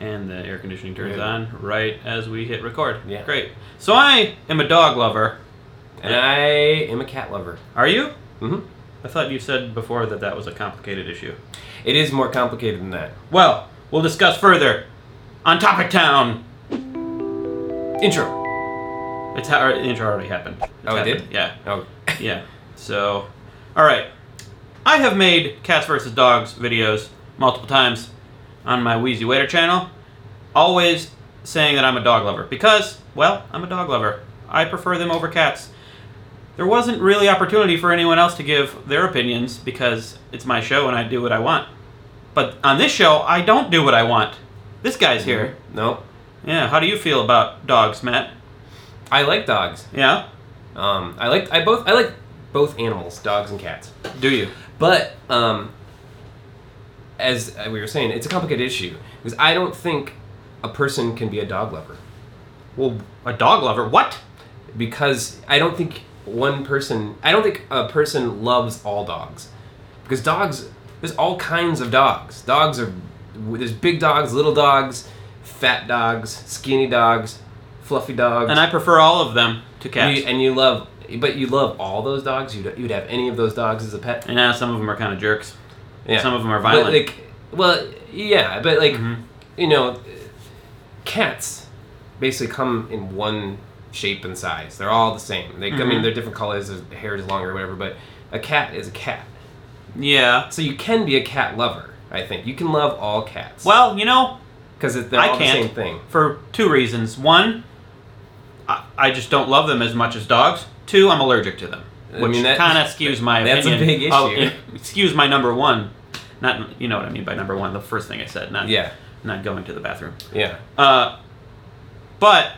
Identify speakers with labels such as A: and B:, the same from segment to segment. A: and the air conditioning turns
B: Yeah.
A: on right as we hit record.
B: Yeah.
A: Great. So I am a dog lover.
B: And I am a cat lover.
A: Are you?
B: hmm
A: I thought you said before that that was a complicated issue.
B: It is more complicated than that.
A: Well, we'll discuss further on Topic Town.
B: Intro.
A: It's how the intro already happened. It's
B: Oh, it did?
A: happened. Yeah.
B: Oh,
A: Yeah. So, all right. I have made cats versus dogs videos multiple times on my Wheezy Waiter channel, always saying that I'm a dog lover because, well, I'm a dog lover. I prefer them over cats. There wasn't really opportunity for anyone else to give their opinions because it's my show and I do what I want. But on this show, I don't do what I want. This guy's here.
B: no.
A: Yeah, how do you feel about dogs, Matt?
B: I like dogs.
A: Yeah?
B: Um, I like I both I like both animals, dogs and cats.
A: Do you?
B: But um, as we were saying, it's a complicated issue because I don't think a person can be a dog lover
A: Well, a dog lover? What?
B: because I don't think one person I don't think a person loves all dogs because dogs there's all kinds of dogs. Dogs are there's big dogs, little dogs, fat dogs, skinny dogs, fluffy dogs.
A: And I prefer all of them to
B: And
A: cats.
B: you, and you love, but you love all those dogs. You'd, you'd have any of those dogs as a pet.
A: and now some of them are kind of jerks.
B: Yeah.
A: Some of them are
B: But,
A: violent.
B: like, well, yeah, but like,
A: Mhm.
B: you know, cats basically come in one shape and size. They're all the same. They, I
A: Mhm.
B: mean, they're different colors. Their hair is longer, or whatever. But a cat is a cat.
A: yeah.
B: So you can be a cat lover. I think you can love all cats.
A: Well, you know,
B: because they're
A: I
B: all
A: can't.
B: the same thing.
A: for two reasons. One, I, I just don't love them as much as dogs. Two, I'm allergic to them,
B: I
A: which
B: mean, that-
A: kind of skews my
B: that's a
A: opinion.
B: big
A: of-
B: issue.
A: it skews my number one. Not you know what I mean by number one. The first thing I said. Not
B: Yeah,
A: Not going to the bathroom.
B: yeah.
A: Uh, but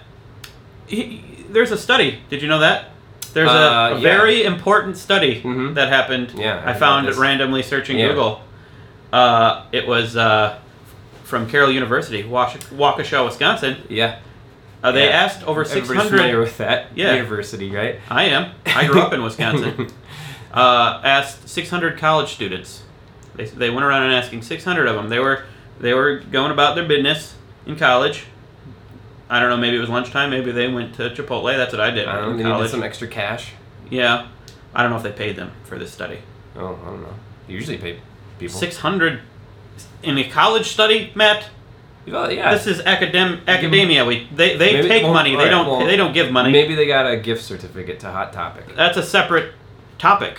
A: he, there's a study. Did you know that? There's a,
B: Uh,
A: a
B: yeah.
A: very important study
B: Mhm.
A: that happened.
B: Yeah, I heard
A: I,
B: about
A: found it
B: this.
A: randomly searching
B: Yeah.
A: Google. Uh, it was uh, from Carroll University, Wash- Waukesha, Wisconsin.
B: Yeah,
A: Uh, they
B: Yeah.
A: asked over
B: Everybody's familiar
A: 600.
B: with that
A: Yeah.
B: university, right?
A: I am. I grew up in Wisconsin. uh, asked 600 college students. They, they went around and asking 600 of them. They were they were going about their business in college. I don't know. Maybe it was lunchtime. Maybe they went to Chipotle. That's what I did
B: I don't know.
A: in
B: Um, They needed
A: college.
B: some extra cash.
A: yeah, I don't know if they paid them for this study.
B: Oh, I don't know. They usually pay people.
A: 600 in a college study, Matt.
B: Well, yeah.
A: This is academ academia. We they, they
B: Maybe-
A: take
B: well,
A: money. They
B: alright,
A: don't
B: well,
A: they don't give money.
B: Maybe they got a gift certificate to Hot Topic.
A: that's a separate topic.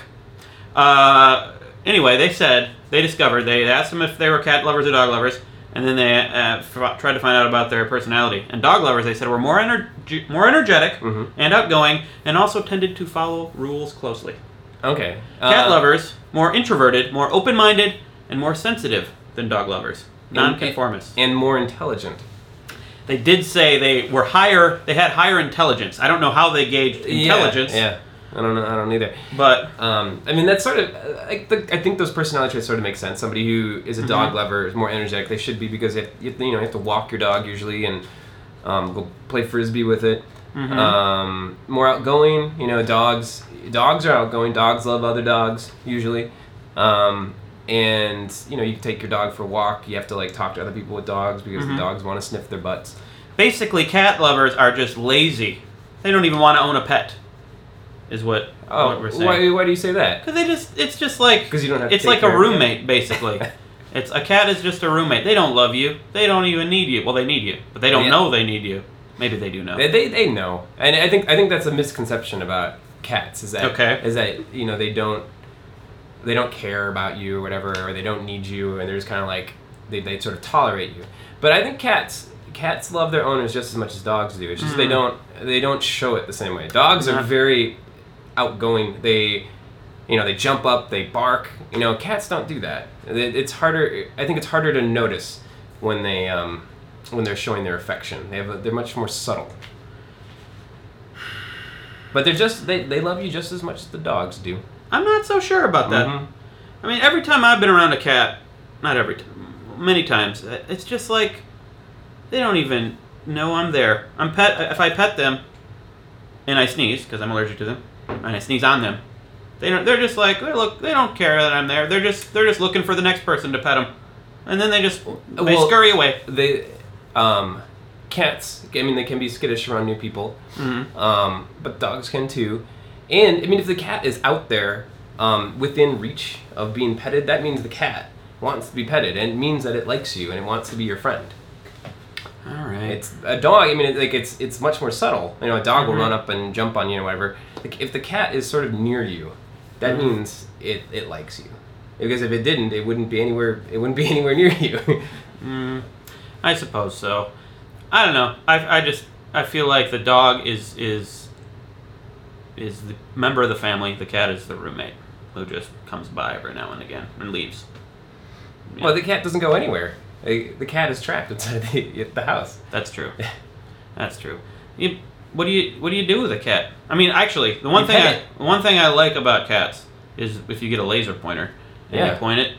A: Uh, anyway, they said they discovered they asked them if they were cat lovers or dog lovers, and then they uh, f- tried to find out about their personality. And dog lovers, they said, were more energ- more energetic
B: Mhm.
A: and outgoing, and also tended to follow rules closely.
B: Okay.
A: Cat
B: Uh,
A: lovers, more introverted, more open-minded, and more sensitive than dog lovers.
B: and-
A: Nonconformists.
B: And more intelligent.
A: They did say they were higher. They had higher intelligence. I don't know how they gauged intelligence,
B: Yeah. yeah. I don't know. I don't either.
A: but
B: Um, I mean, that's sort of. uh, I, think I think those personality traits sort of make sense. Somebody who is a
A: Mm-hmm.
B: dog lover is more energetic. They should be because you, have, you, you know you have to walk your dog usually and um, go play frisbee with it.
A: Mhm.
B: Um, more outgoing. You know, dogs. Dogs are outgoing. Dogs love other dogs usually. Um, and you know, you can take your dog for a walk. You have to like talk to other people with dogs because
A: Mhm.
B: the dogs want to sniff their butts.
A: basically cat lovers are just lazy they don't even want to own a pet is what,
B: Oh,
A: what we're saying
B: why, why do you say that?
A: because they just it's just like
B: 'Cause you don't have to
A: it's
B: take
A: like
B: care
A: a
B: of it.
A: roommate basically it's a cat is just a roommate they don't love you they don't even need you well they need you but they don't
B: Yeah.
A: know they need you maybe they do know
B: They, they, they know, and I think I think that's a misconception about cats is that
A: Okay.
B: is that you know they don't they don't care about you or whatever or they don't need you and they're just kind of like they, they sort of tolerate you. But I think cats cats love their owners just as much as dogs do. It's just they
A: Mm.
B: don't they don't show it the same way. Dogs are
A: Not-
B: very outgoing. They you know they jump up, they bark. You know cats don't do that. It, it's harder. I think it's harder to notice when they um, when they're showing their affection. They have a, they're much more subtle. But they're just they, they love you just as much as the dogs do.
A: i'm not so sure about that
B: Mhm.
A: i mean every time i've been around a cat not every time many times uh, it's just like they don't even know i'm there i'm pet if i pet them and i sneeze because i'm allergic to them and i sneeze on them they don't, they're just like they look they don't care that i'm there they're just they're just looking for the next person to pet them and then they just they
B: Well-
A: scurry away
B: They Um, cats, I mean, they can be skittish around new people,
A: Mm-hmm.
B: um, but dogs can too. And I mean, if the cat is out there um, within reach of being petted, that means the cat wants to be petted, and it means that it likes you and it wants to be your friend.
A: All right.
B: It's a dog. I mean, it, like it's it's much more subtle. You know, a dog
A: Mhm.
B: will run up and jump on you and whatever. Like, if the cat is sort of near you, that
A: Mhm.
B: means it, it likes you. Because if it didn't, it wouldn't be anywhere. It wouldn't be anywhere near you.
A: Mm, I suppose so. I don't know. I, I just I feel like the dog is is is the member of the family. The cat is the roommate who just comes by every now and again and leaves. Yeah,
B: Well, the cat doesn't go anywhere. Like, The cat is trapped inside the, the house.
A: that's true. That's true. You, what do you what do you do with a cat? I mean, actually, the one
B: You
A: thing
B: pet
A: I one thing I like about cats is if you get a laser pointer and
B: Yeah.
A: you point it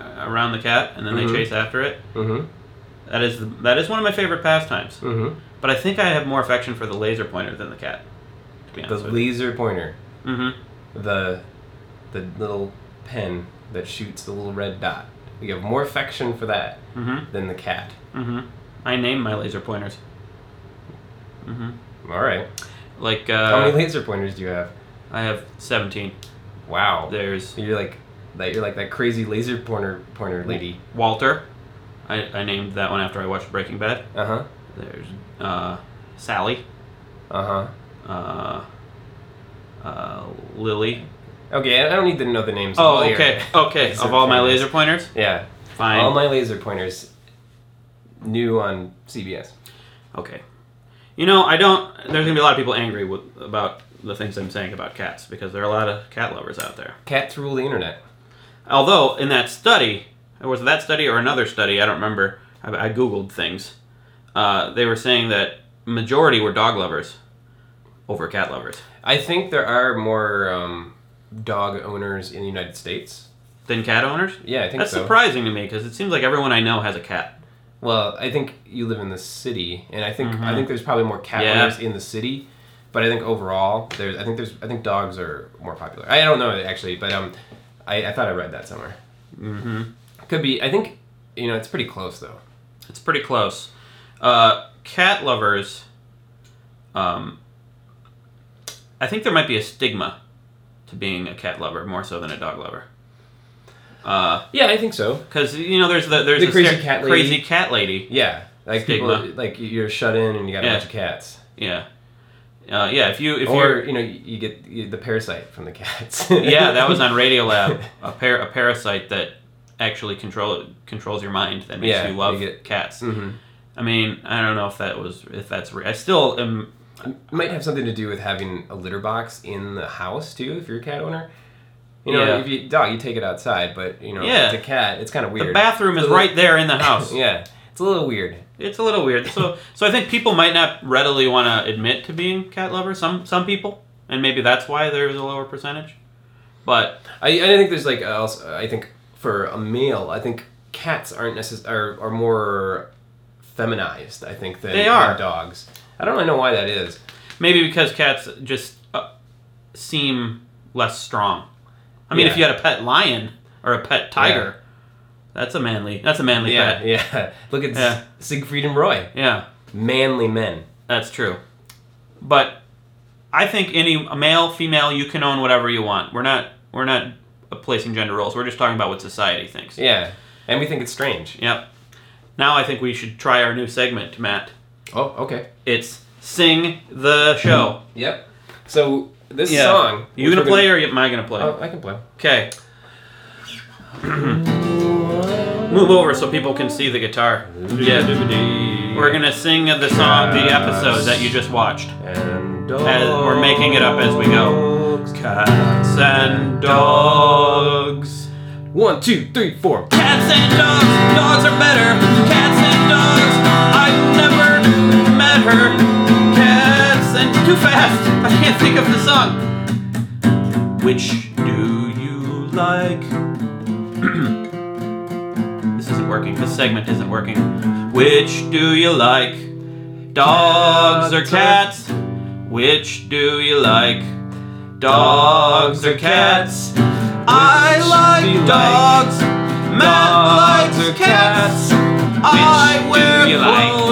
A: uh, around the cat and then
B: Mhm.
A: they chase after it.
B: Mm-hmm.
A: That is the, that is one of my favorite pastimes.
B: Mm-hmm.
A: But I think I have more affection for the laser pointer than the cat. To be
B: The
A: honest with you.
B: laser pointer,
A: Mm-hmm.
B: the the little pen that shoots the little red dot. We have more affection for that
A: Mm-hmm.
B: than the cat.
A: Mm-hmm. I name my laser pointers. Mm-hmm.
B: All right.
A: Like
B: How many
A: uh,
B: laser pointers do you have?
A: I have seventeen.
B: Wow.
A: There's
B: You're like that. You're like that crazy laser pointer pointer lady.
A: Walter. I, I named that one after I watched Breaking Bad.
B: Uh huh.
A: There's uh, Sally,
B: Uh huh.
A: uh, uh, Lily.
B: Okay, I I don't need to know the names. of
A: Oh,
B: all your-
A: okay, okay.
B: laser
A: Of all my
B: pointers.
A: laser pointers,
B: Yeah,
A: fine.
B: all my laser pointers. New on CBS.
A: Okay. You know, I don't. There's gonna be a lot of people angry with about the things I'm saying about cats because there are a lot of cat lovers out there.
B: Cats rule the internet.
A: Although in that study, or was it that study or another study? I don't remember. I, I googled things. Uh, they were saying that majority were dog lovers over cat lovers
B: I think there are more um, dog owners in the United States.
A: than cat owners.
B: Yeah, I think
A: That's
B: so.
A: surprising to me because it seems like everyone I know has a cat.
B: Well, I think you live in the city, and I think I
A: Mhm.
B: think there's probably more cat
A: Yeah.
B: owners in the city, but I think overall there's I think there's I think dogs are more popular. I don't know actually, but um, I, I thought I read that somewhere.
A: Mm-hmm.
B: Could be. I think you know it's pretty close though.
A: It's pretty close. Uh, cat lovers. Um, I think there might be a stigma to being a cat lover more so than a dog lover. Because
B: Yeah, I think so.
A: you know, there's the there's
B: The
A: a
B: crazy
A: ster-
B: cat lady.
A: crazy cat lady.
B: Yeah, like people
A: Stigma.
B: like you're shut in and you got a
A: Yeah.
B: bunch of cats,
A: Yeah, uh, yeah. If you if
B: or
A: you
B: you know you get you, the parasite from the cats.
A: yeah, that was on Radiolab. A par- a parasite that actually control controls your mind that makes
B: Yeah,
A: you love
B: you get-
A: cats.
B: hmm
A: I mean, I don't know if that was if that's re- I still am
B: It might have something to do with having a litter box in the house too, if you're a cat owner. You know,
A: Yeah.
B: if you dog, you take it outside, but you know,
A: Yeah.
B: if it's a cat. It's kind of weird.
A: the bathroom is
B: Little-
A: right there in the house.
B: yeah, it's a little weird.
A: It's a little weird. So, so I think people might not readily want to admit to being cat lovers. Some some people, and maybe that's why there's a lower percentage. But
B: I, I think there's like also, I think for a male, I think cats aren't necess- are, are more feminized. I think than,
A: They
B: than
A: are.
B: dogs. I don't really know why that is.
A: maybe because cats just uh, seem less strong. I mean, if you
B: Yeah.
A: had a pet lion or a pet tiger, that's a manly. That's a manly
B: yeah,
A: pet.
B: yeah. Look at S-
A: Yeah.
B: Siegfried and Roy,
A: Yeah,
B: manly men.
A: that's true. But I think any male, female, you can own whatever you want. We're not we're not uh, placing gender roles. We're just talking about what society thinks.
B: Yeah, and we think it's strange.
A: Yep. Now I think we should try our new segment, Matt.
B: Oh, okay.
A: It's sing the show.
B: Yep. So this
A: Yeah.
B: song,
A: You
B: which
A: gonna
B: we're
A: play or am I gonna play?
B: Oh, I can play.
A: Okay. Move over so people can see the guitar. Yeah. We're gonna sing the song, the episode that you just watched.
B: And
A: As- we're making it up as we go.
B: dogs.
A: Cats and dogs.
B: One, two, three, four.
A: Cats and dogs, dogs are better. Cats and dogs, I've never met her. Cats and too fast. I can't think of the song. Which do you like? this isn't working. This segment isn't working. Which do you like? Dogs or cats? Which do you like? Dogs or cats? I
B: Which do you
A: like
B: like?
A: dogs. Matt
B: Dogs
A: likes
B: or
A: cats.
B: cats?
A: I
B: Which do
A: wear
B: you like?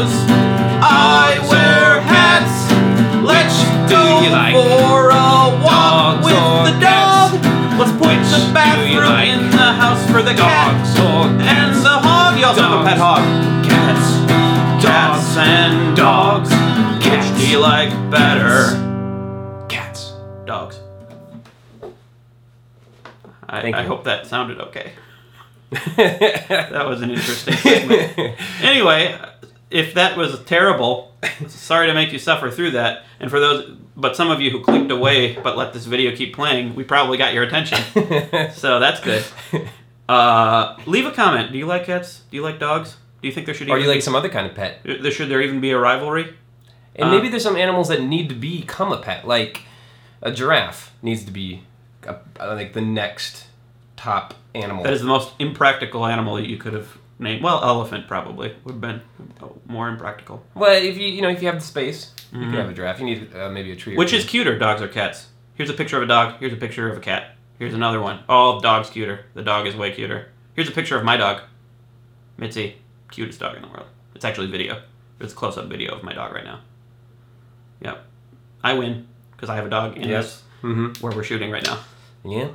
A: Cat hog.
B: Cats.
A: Cats
B: Dogs.
A: and dogs.
B: Cats.
A: Which do you like better?
B: Cats.
A: Dogs. I,
B: Thank
A: I
B: you.
A: hope that sounded okay. That was an interesting segment. anyway, if that was terrible, sorry to make you suffer through that. And for those, but some of you who clicked away but let this video keep playing, we probably got your attention. so that's good. Uh, leave a comment. Do you like cats? Do you like dogs? Do you think there should
B: or
A: even
B: you like some other kind of pet?
A: there should there even be a rivalry?
B: And
A: Uh,
B: maybe there's some animals that need to become a pet, like a giraffe needs to be a, like the next top animal.
A: That is the most impractical animal that you could have named. Well, elephant probably would have been more impractical.
B: well, if you you know if you have the space, you can have a giraffe. You need uh, maybe a tree. or
A: Mm-hmm. Which
B: two.
A: is cuter, dogs or cats? Here's a picture of a dog. Here's a picture of a cat. Here's another one. Oh, the dog's cuter. The dog is way cuter. Here's a picture of my dog, Mitzi, cutest dog in the world. It's actually video. It's a close-up video of my dog right now. Yep, I win because I have a dog in
B: Yes. Mhm.
A: this where we're shooting right now.
B: yeah.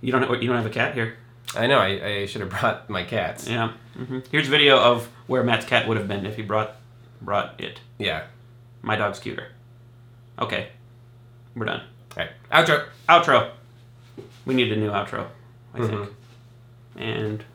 A: You don't you don't have a cat here.
B: Mm-hmm. I know. I, I should have brought my cats.
A: Yeah. hmm Here's a video of where Matt's cat would have been if he brought brought it.
B: Yeah.
A: My dog's cuter. Okay, we're done.
B: All right. Outro.
A: Outro. We need a new outro, I think. And